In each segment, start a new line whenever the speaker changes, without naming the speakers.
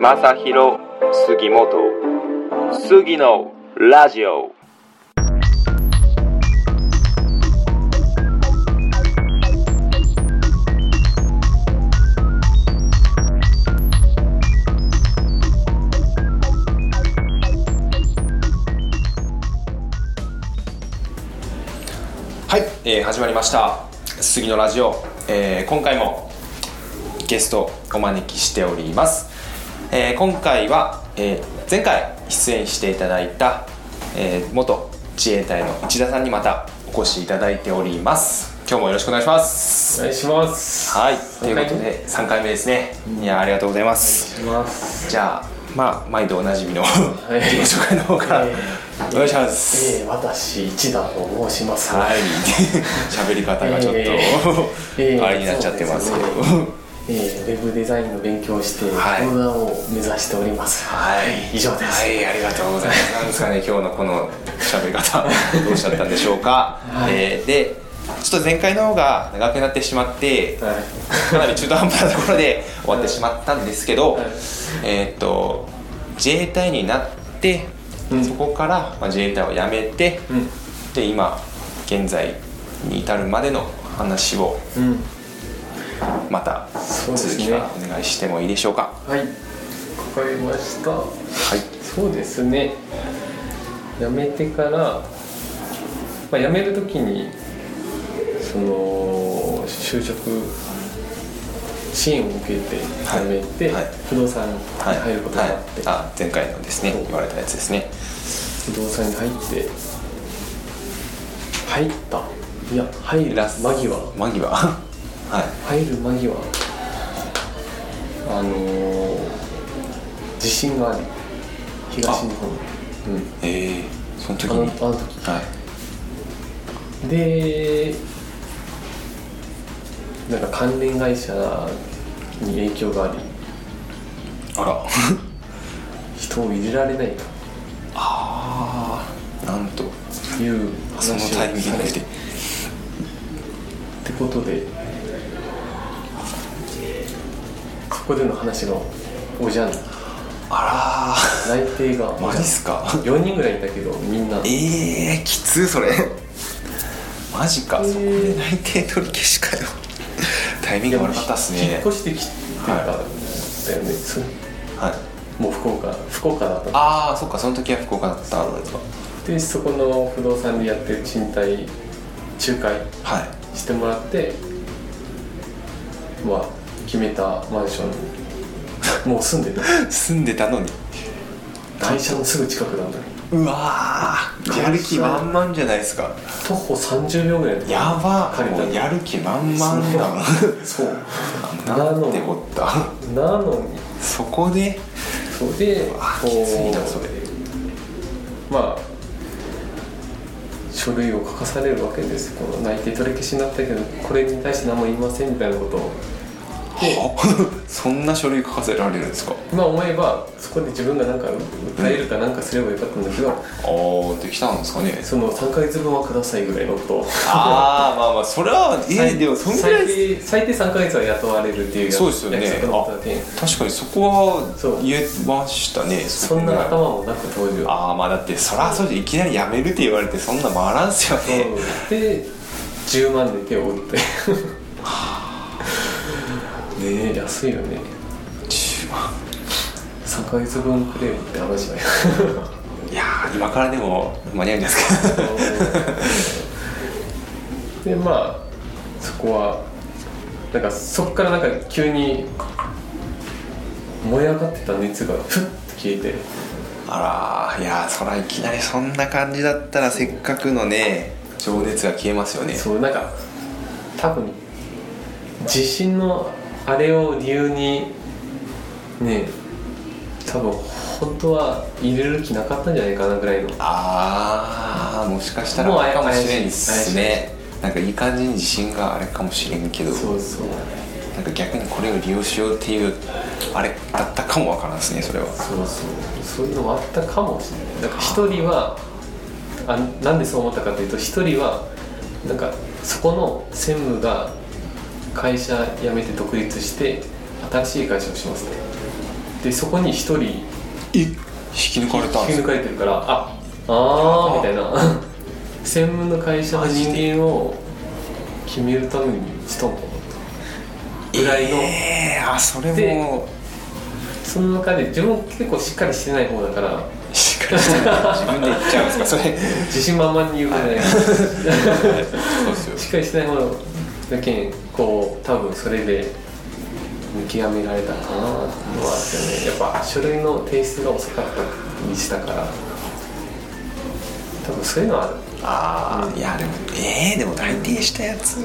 正弘杉本杉のラジオ
はい、えー始まりました杉のラジオ、えー今回もゲストをお招きしております、えー今回は、えー前回出演していただいた、えー元自衛隊の市田さんにまたお越しいただいております今日もよろしくお願いします
お願いします。
はいという
三
こ
回目
とで3回目ですねいやありがとうございます
お願いします。
じゃあまあ毎度おなじみの
い
自己紹介の方から、
え
お願いします、
えー、私一田と申します。
はい、 喋り方がちょっと、
え えええ
あれになっちゃってますけど、
そうですねえー、ウェブデザインの勉強をして、
はい
オーナーを目指しております。
はい
以上です
はい、ありがとうございます。なんですか ね、今日のこの喋り方、どうしちゃったんでしょうか。
はい
えーで、ちょっと前回の方が長くなってしまって、
はい。
かなり中途半端なところで 終わってしまったんですけど、
はい
えーっと自衛隊になって、
うん
そこから、まあ、自衛隊を辞めて、
うん
で今現在に至るまでの話を
うん。
また
そうです
続
ね
きはお願いしてもいいでしょうか。
はい。わかりました。
はい、
そうですね辞めてから、まあ、辞める時にその就職支援を受けて
は
辞
い
めて、
はい
不動産に入ることに
は
なっ
い
て、
あ前回のですね
そう
言われたやつですね。
不動産に入って入ったいや入る間際
間際 はい
入る間際あのー地震があり東日本うん
えー、その時
あの
に
あの時
はい
でなんか関連会社に影響があり
あら
人を入れられない
ああ なんと
という話
そ
を
のタイミン
さ
グ
れ
で
てってことでここでの話がおじゃん
あ
内定が
ら マジっすか
4人ぐらいいたけどみんな
ええー、きつそれ マジか、
えー
そこで内定取り消し かよタイミング悪かったっす
引
ね
っ越してきてたんだよね、そ
はい
もう福岡福岡だった
ああそっかその時は福岡だったのか
でそこの不動産でやってる賃貸仲介
はい
してもらってまあ決めたマンションに もう住んでた
住んでたのに
会社のすぐ近くなんだよ
うわーやる気満々じゃないですか
徒歩30秒ぐらいの
やば
借りた
もうやる気満々だもん
そう
なんてこった
なのに
そこで
それで
あ
こう
きついなそれ
まあ書類を書かされるわけですこの内定取り消しになったけどこれに対して何も言いませんみたいなことを
は そんな書類書かせられるんですか
今思えばそこで自分がなんか訴えるかなんかすればよかったんだけど、
ああできたんですかね
その3ヶ月分はくださいぐらいのことを
ああまあまあそれはえー、でもそんぐらい
最低最低3ヶ月は雇われるっていう
そうですよね
約束のことで
確かにそこ
そ
は
う
言えましたね
そんな頭もなく当時は
ああまあだってそらそうじゃいきなり辞めるって言われてそんな回らんすよね
そうで10万で手を打ってねえ安いよね
10万
3ヶ月分くれよって話 だよ
いやー今からでも間に合うんじゃないですか
でまあそこはなんかそっからなんか急に燃え上がってた熱がふっと消えて
あらーいやーそらいきなりそんな感じだったらせっかくのね情熱が消えますよね
そうなんか多分地震のあれを理由にね多分本当は入れる気なかったんじゃないかなぐらいの
ああもしかしたら
もう
あれかも
怪し
し
い
れんっすねなんかいい感じに自信があれかもしれんけど
そうそう
なんか逆にこれを利用しようっていうあれだったかもわからんですねそれは
そうそうそういうのもあったかもしれないだから一人はあなんでそう思ったかというと一人はなんかそこの専務が会社辞めて独立して新しい会社をしますねでそこに一人引
え引き抜かれたん
き
です
抜かれてるからああーみたいな専門の会社の人間を決めるためにしたのかなとぐらいの、
えー、あそれも
でその中で自分結構しっかりしてない方だから
しっかりしてる自分で言っちゃうんですかそれ
自信満々に言うじゃない
そうですよ
しっかりしてない方だけんこう多分それで見極められたかなっていうのはあってねやっぱ書類の提出が遅かったりしたから多分そういうのはある
ああいやでもえー、でも大抵したやつ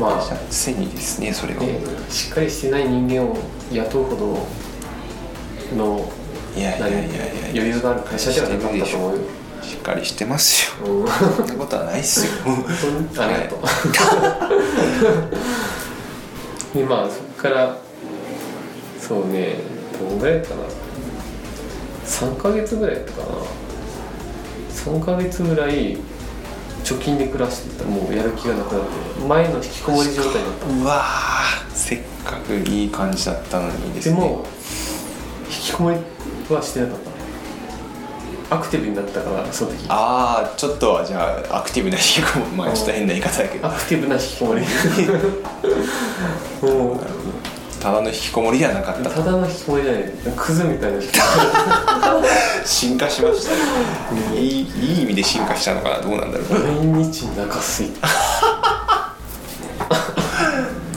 ま
ま
あ
あせにですねそれは
でしっかりしてない人間を雇うほどの
いやいやいやいや
何余裕がある会社ではなかったと思うよ
しっかりしてますよ
うん
そんな ことはないっすよ
本当 にありがとう、 でまあそこからそうねどのぐらいかな3ヶ月ぐらいやったかな3ヶ月ぐらい貯金で暮らしてたもうやる気がなくなって前の引きこもり状態だっ
うわーせっかくいい感じだったのにで
た
す
で
ね
も引きこもりはしてなかったアクティブになったからその時ア
ああちょっとはじゃあアクティブな引きこもりまあちょっと変な言い方だけど
クティブな引きこもりもう
ただの引きこもりではなかった
ただの引きこもりじゃないクズみたいな引きこもり
進化しましたよいいいい意味で進化したのかなどうなんだろう
毎日中すい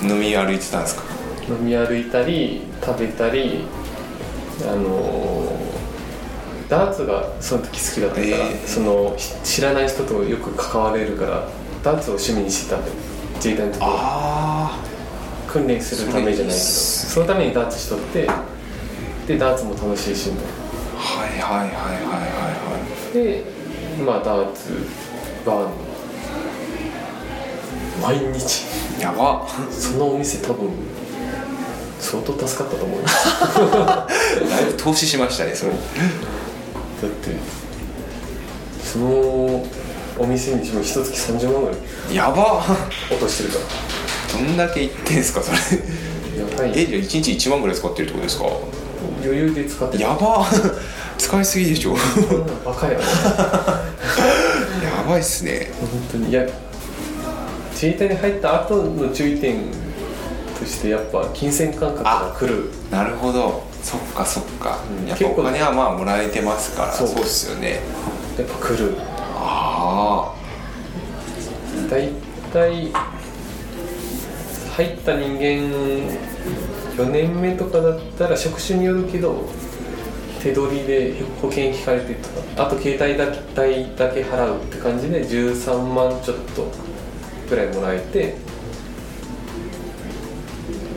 飲み歩いてたんですか
飲み歩いたり食べたりあのーダーツがその時好きだったから、
えー
そのし知らない人とよく関われるからダーツを趣味にしてたんだよ自衛隊の時
あ
訓練するためじゃないけ
それいい
ど
っすね
そのためにダーツしとってでダーツも楽しいしみたいな
あはいはいはいはいはいはい
でまあダーツバーに毎日
やば
そのお店多分相当助かったと思うよ
だいぶ投資しましたねそれ
だってそのお店に自分一月30万ぐらい
やば
落としてるか
どんだけいってんすかそれ
らやば
え
い
じゃあ1日1万ぐらい使ってるってことですか
余裕で使って
やば使いすぎでしょ
こんなのバカやね
やばいっすね
本当にいや自衛隊に入った後の注意点としてやっぱ金銭感覚が来る
なるほどそっかそっか、
うん
やっぱお
結構
金はまあもらえてますから
そう
そうっすよね
やっぱ来る
あ
大体入った人間4年目とかだったら職種によるけど手取りで保険引かれてとかあと携帯だ代だけ払うって感じで13万ちょっとぐらいもらえて、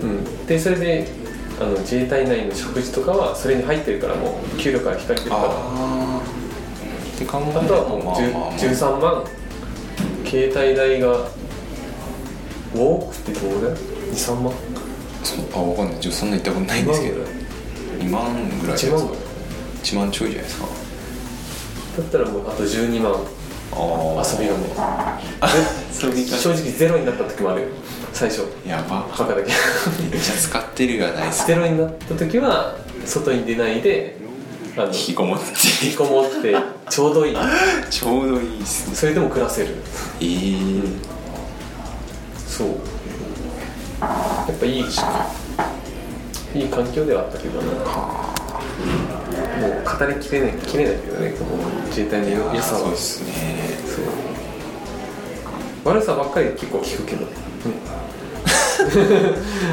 うん、でそれであの自衛隊内の食事とかはそれに入ってるからもう給料から引かれて
あ
るから
あーって考え
あ
る
とは
と
もう
まあ
10
まあまあ
13万携帯代がウォークってどれ23万
そうあわかんないちょそんな言ったことないんですけど2万ぐらいじゃ
1
ないですから
万ぐい
1万ちょいじゃないですか
だったらもうあと12万
ああ
遊びがね
遊び
正直ゼロになった時もあるよ最初
やば
バカだけ
めっちゃ使ってるがないっす
ゼロになった時は外に出ないであの
引
引
きこもって
きこもってちょうどいい
ちょうどいいっすね
それでも暮らせる
えー、
そうやっぱいいいい環境ではあったけどなもう語りきれないきれないけどねこの自衛隊の良さ
そう
は
で
そ
すね
う悪さばっかり結構聞くけど、ね、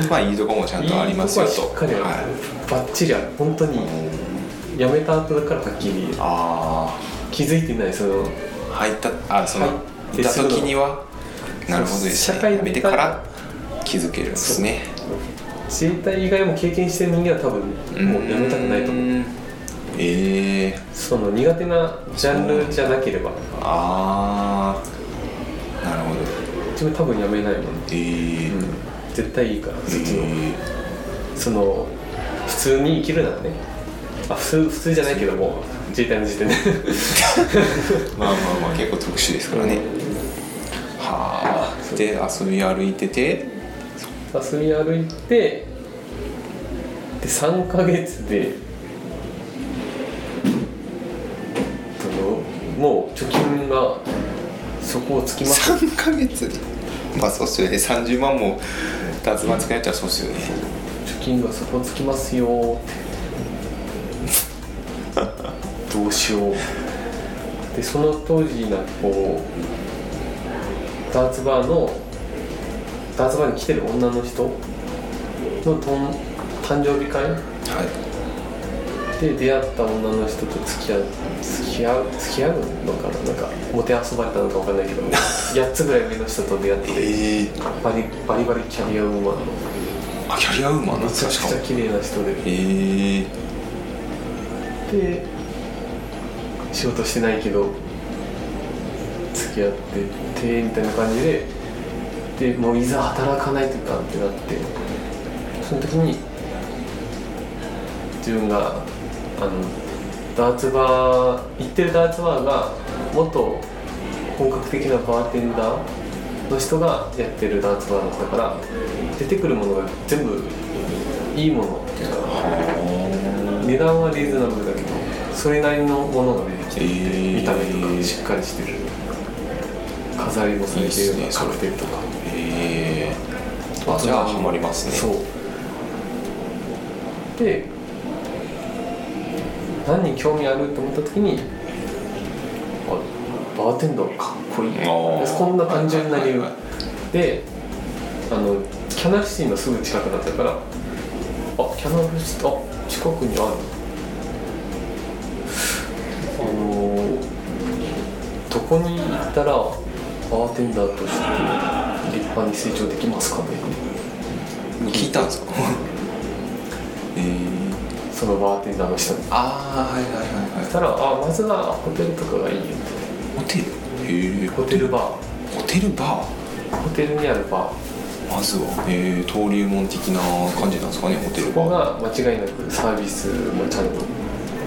まあいいとこもちゃんとありますよ
いい
と
とこはしっかりある、
はい、
バッチリある本当に辞めた後だからはっきり
あ
気づいてないその
あ入ったあその、
入って
いた
すぐの
時にはなるほどです
社会
ね
に
やめてから気づけるんですね
自衛隊以外も経験してる人間は多分もう辞めたくないと思う
ーんええー、
その苦手なジャンルじゃなければ
ああなるほど
自分多分辞めないもん
えー
絶対いいからそっちの方が
え
その普通に生きるならねあ普通普通じゃないけども自衛隊の時点で
ーまあまあまあ結構特殊ですからね、はあで遊び歩いてて
遊び歩いてで3ヶ月でそのもう貯金がそこをつきました
3ヶ月でまあそうっすよね30万も脱毛使えちゃそうっすよね
貯金がそこつきますよってどうしようでその当時なんかこうダーツバーのダーツバーに来てる女の人のとん誕生日会
は
で出会った女の人と付き合う付き合う付き合うのかななんかもてあそばれたのかわかんないけど 8つぐらい上の人と出会っ
い
て
ええ
バリバリバリキャリアウーマン
あキャリアウーマンなん
め
で
ち
す
ゃ
か
く
しか
ちゃ
も
綺麗な人で
ええ
で仕事してないけど付き合っててみたいな感じででもういざ働かないといかんってなってその時に自分があのダーツバー行ってるダーツバーが元本格的なバーテンダーの人がやってるダーツバーだったから出てくるものが全部いいもの値段はリーズナブルだけどそれなりのものが出てきて、
えー
見た目とかしっかりしてる飾りもされてるよう
いい
な
っす
カ
ね
クテルとか
ええあじゃあハマりますね
そうで何に興味あると思った時にあバーテンダーかっこいい
あー
こんな単純な理由
はいはい
であのキャナルシティのすぐ近くだったからあキャナルシティあ近くにあるあのどこに行ったらバーテンダーとして立派に成長できますかね
聞いたんですかええ
そのバーテンダーの人に
ああはいはいはい
そしたらあまずはホテルとかがいいよ
いホテルええ
ホテルバ
ホテルバー
ーホテルにあるバー
まずは、えー、登竜門的な感じなんですかねホテル
そこ
が
が間違いなくサービスもちゃんと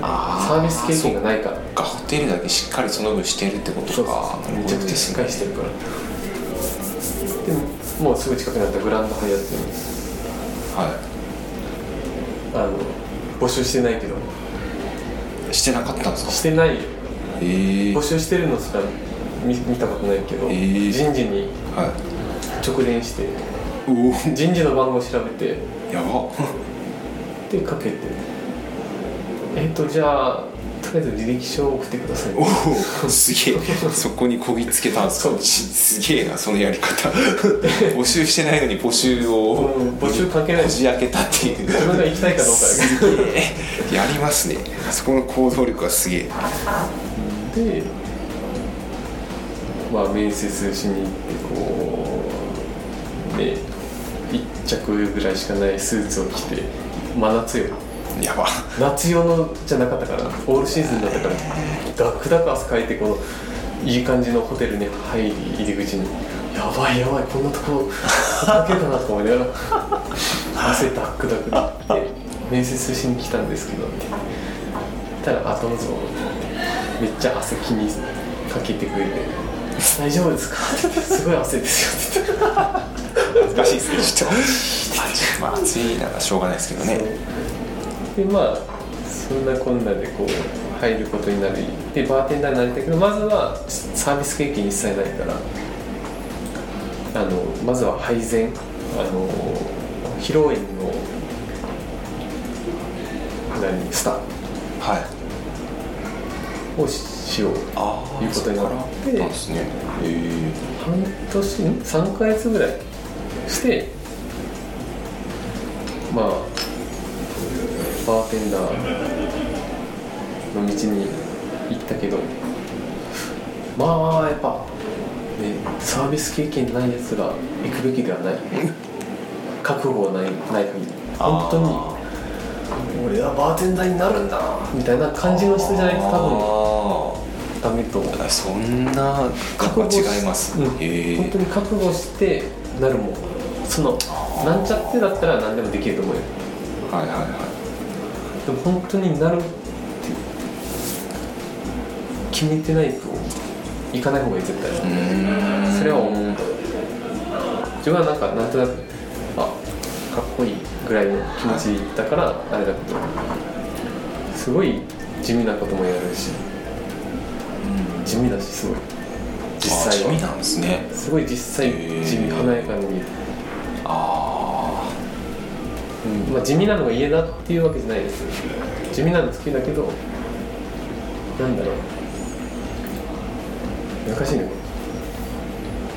あ
サービス経験が
い
ないから
かホテルだけしっかりその分してるってことか
そうそうめちゃくちゃしっかりしてるからでももうすぐ近くにあったグランドハイアットに
は
あの募集してないけど
いしてなかったんですか
してないよ
えー、
募集してるのすら見見たことないけど、
えー
人事に
はい
直電して
うお
人事の番号調べて
やば
でかけてえっ、とじゃあとりあえず履歴書を送ってください
おおすげえそこにこぎつけたんですかちすげえなそのやり方 募集してないのに募集を
うん募集かけない
こじ開けたっていう
自分が行きたいかどうかだけど
すげえやりますねそこの行動力はすげえ
で、まあ、面接しに行ってこうね1着ぐらいしかないスーツを着て真夏よ
やば
夏用のじゃなかったからオールシーズンだったからダクダク汗かいてこのいい感じのホテルに入り入り口にやばいやばいこんなとこ働けるかなとか思いながら汗ダックダクで行って面接しに来たんですけどって言ったら「あどうぞ」ってめっちゃ汗気にかけてくれて「大丈夫ですか?」 って言って「すごい汗ですよ」って言って
恥ずかしいですねち ょっとまあ暑いならしょうがないですけどね
でまあそんなこんなでこう入ることになりでバーテンダーになりたいけどまずはサービス経験一切ないからあのまずは配膳あの披露宴の何スタッ
はい
フをししよう
ああ
いうことになって
そうなんですねえ
半年ん3ヶ月ぐらいしてまあバーテンダーの道に行ったけどまあやっぱ、ね、サービス経験ないやつが行くべきではない覚悟がないない限り本当に俺はバーテンダーになるんだみたいな感じの人じゃないと多
多
分ダメと思う
分そんな
覚
覚
悟し
悟違います、
うん
え
本当に覚悟してなるもんそのなんちゃってだったら何でもできると思うよ
はいはいは
でも本当になるって決めてないと行かない方がいい絶対
いうーん
それは思う自分はなんかなんとなくあかっこいいぐらいの気持ちだからあれだけどすごい地味なこともやるし地味だしすごい実
あ
際
地味
は
なんですね
すごい実際
へえ
地味華やかに見える
あ
うんまあ、地味なのが嫌だっていうわけじゃないです地味なの好きだけどなんだろう難しいね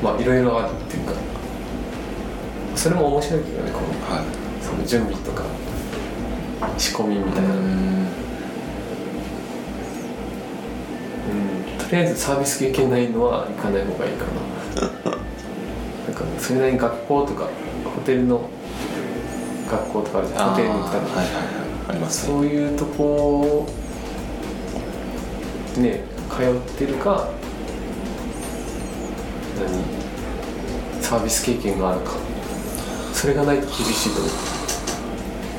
まあいろいろあるっていうかそれも面白いけどねこ
あ
の
はい
その準備とか仕込みみたいな、うんとりあえずサービス系いけないのは行かない方がいいかななんかそれなりに学校とかホテルの学校とかあるじゃんホテルに行ったら、
はいはいはいありますね
そういうとこね通ってるか何サービス経験があるかそれがないと厳しいと思う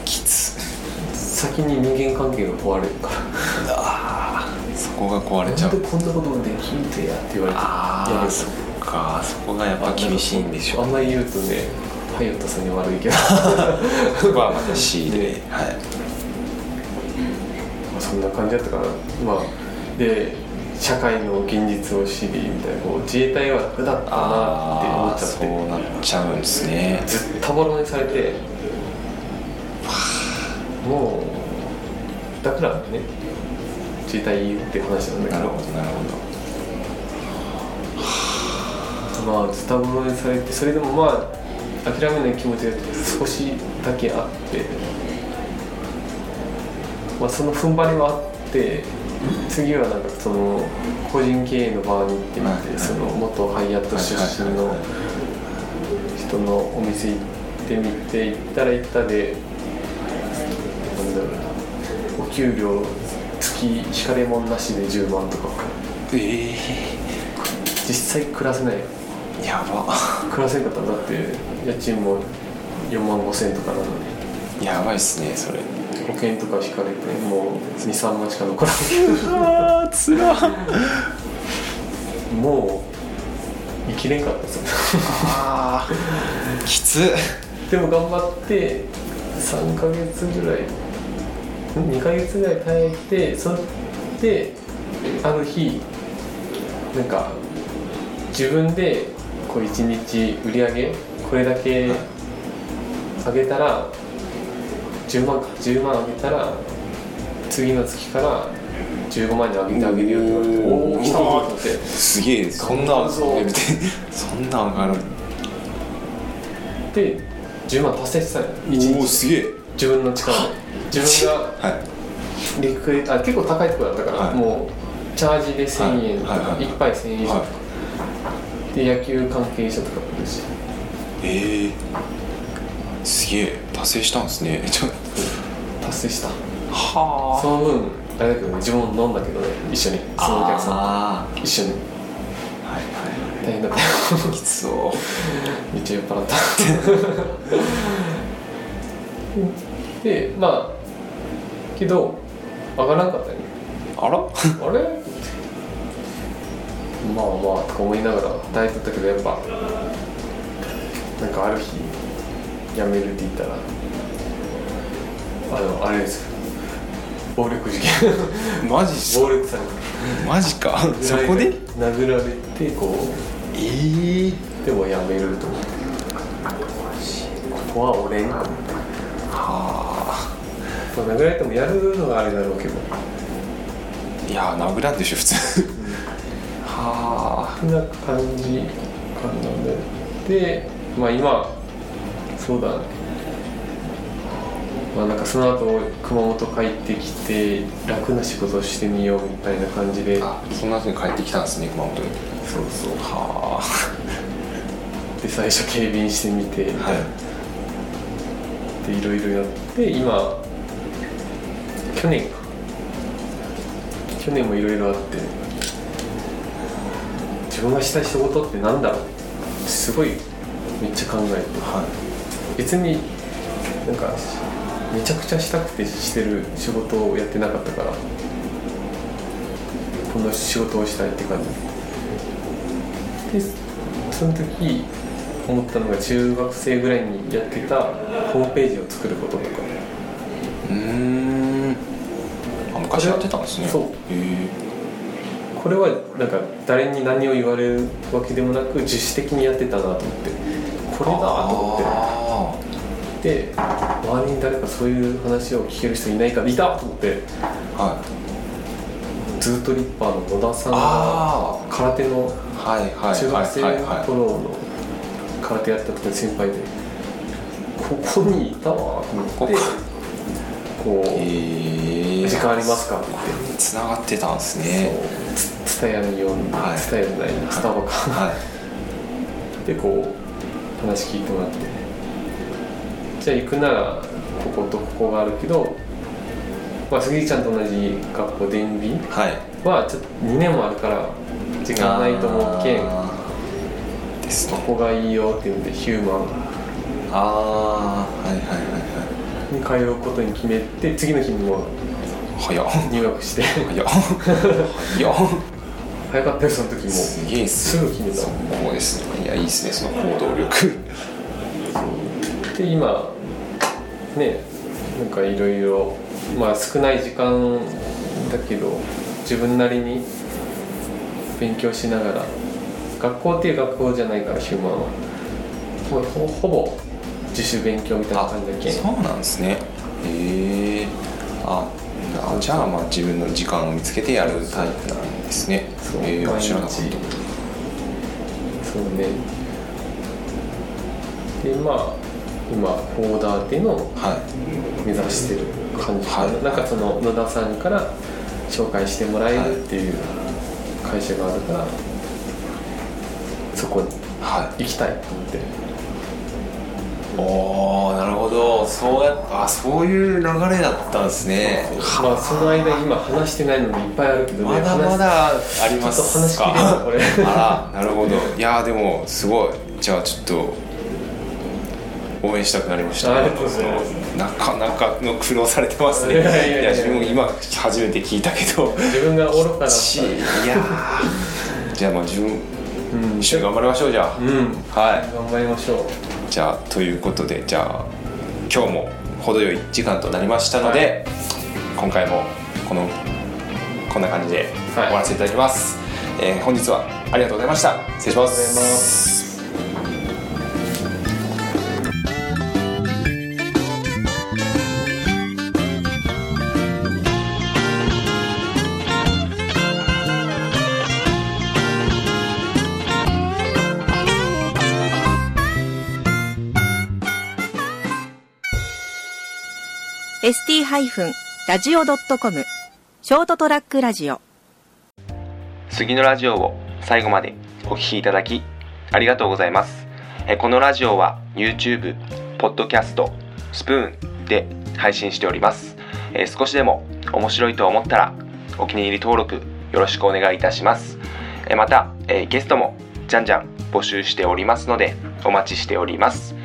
きつ
先に人間関係が壊れるから
そこが壊れち
な
ゃ
んで
う
こんなこともできんてやって言われてや
あ
め
あ
る
そっかそこがやっぱ厳しいんでしょ
あんまり言うとねハイオットさんに悪い けど
そこは私で
ね
はい
まあそんな感じだったかなまあで社会の現実を知りみたいなこう自衛隊は楽だったなって思
あ
っ
あ
ちゃっ
そ
て
うなっちゃうんですね
ずっとボロにされてもうだからね自衛隊いいって話なん
な
だけ
る
ど
ほどなるほど
まあずたぼろにされてそれでもまあ諦めない気持ちが少しだけあって、まあ、その踏ん張りもあって次はなんかその個人経営の場に行ってみて、
はいはい
その元ハイアット出身の
はいはいはい
人のお店行ってみて行ったら行ったでなんだろうなお給料月引かれもんなしで10万とか
え
実際暮らせない
えやば
暮らせ方だって家賃も4万5千とかなのに
やばいっすねそれ
保険とか引かれてもう23万しか残ら
あつら
ないもう生きれんかったですよ
あーきつ
でも頑張って3ヶ月ぐらい2ヶ月ぐらい耐えてそであの日なんか自分でこう1日売り上げこれだけ上げたら10万か10万上げたら次の月から15万に上げてあげるよって言われて
おー
おお来たーと思って
すげえそん
頑張
な
るぞ
え見てそんな上がる
で10万達成したの1
おお
日
すげえ
自分の力で自 分が
はい
リクエあ結構高いところだったから、
はい
もうチャージで1000円とか、
はいはいはい
1杯1000円以上とか、
は
で野球関係者とかもいるし
ええすげえ達成したんですね ちょっ
達成した
とは
その分あれだけどね自分も飲んだけどね一緒にそのお客さん
あ
と一緒に
ーはいは
大変だった
いきつそう
めっちゃ酔っ 払ったでまあけど上がらなかったね
あ ら
あれまあまあとか思いながら働いてたけどやっぱなんかある日辞めるって言ったらあのあれですよ暴力事件
マジっす
暴力され
マジか
た
そこで
殴られてこ
ええ
うでも辞めると思ってここは俺にと思って
は
まあ殴られてもやるのがあれだろうけど
あいや殴らんでしょ普通はあ
そんな感じかなねでまあ今そうだねまあなんかその後熊本帰ってきて楽な仕事をしてみようみたいな感じでそう
あそんなふうに帰ってきたんですね熊本に
そう
は
で最初警備員してみてみ
あ
た
はいい
な、でいろいろやって今去年か去年もいろいろあって自分がしたい仕事ってなんだろうすごいめっちゃ考えて
は
別になんかめちゃくちゃしたくてしてる仕事をやってなかったからこんな仕事をしたいって感じでその時思ったのが中学生ぐらいにやってたホームページを作ることとか
うーんあ昔やってたんですね
そう
へ
これはなんか誰に何を言われるわけでもなく自主的にやってたなと思ってこれだと思って
あ
で周りに誰かそういう話を聞ける人いないかいたと思って
ーはい
ズートリッパーの野田さんが
あ
空手の
ーはいはい
中学生
はい
の
はい
頃の空手やってた時の先輩でここにいたわと思って
ここ
こ
へ
う
ー
時間ありますかって言って
つながってたんですね
ツタヤのように
はい
ツタヤじゃないなスタバか
は
でこう話聞いてもらってじゃあ行くならこことここがあるけど、まあ、杉ちゃんと同じ学校電美
いはい
はちょっと2年もあるから時間ないと思うけんこ
あーですね
こがいいよっていうんでヒューマン
ああはいはいは
に通うことに決めて次の日にも
いはい早っ
入学して
早っ早っ
早かったよその時も
すげえっす
すぐ決めた
こうですねいやいいっすねその行動力
で今ねなんかいろいろまあ少ない時間だけど自分なりに勉強しながら学校っていう学校じゃないからヒューマンはほほほぼ自主勉強みたいな感じだけん
そうなんですねへえああじゃあまあ自分の時間を見つけてやるタイプなんですね
そう
えー、
毎日
知らなかった
そうねでまあ今フォーダーっていうのを
はい
目指してる感じかな,、
はい
なんかその野田さんから紹介してもらえるっていう会社があるから、そこに
はい
行きたいと思って
おおなるほどそうやっぱあそういう流れだったんですね
まあその間今話してないのもいっぱいあるけど
ま
ね
だまだありますか
ちょっと話しきれ
あらなるほどいやーでもすごいじゃあちょっと応援したくなりました
ありがとうございます
なかなかの苦労されてますねい
いやいやいや
や自分も今初めて聞いたけど
自分が愚かだっ
したいやー じゃあまあ自分
うん
一緒に頑張りましょうじゃあ、
うん
は
頑張りましょう
いじゃあということでじゃあ今日も程よい時間となりましたので、今回もこのこんな感じで終
はい
わらせていただきます、えー本日はありがとうございました失礼しま
ありがとうございます
ー ST-radio.com ショートトラックラジオ
杉のラジオを最後までお聞きいただきありがとうございますえーこのラジオは YouTube、Podcast、スプーンで配信しておりますえー少しでも面白いと思ったらお気に入り登録よろしくお願いいたしますえーまたえーゲストもじゃんじゃん募集しておりますのでお待ちしております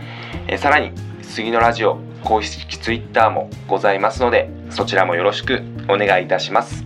えーさらに杉のラジオ公式 Twitter もございますのでそちらもよろしくお願いいたします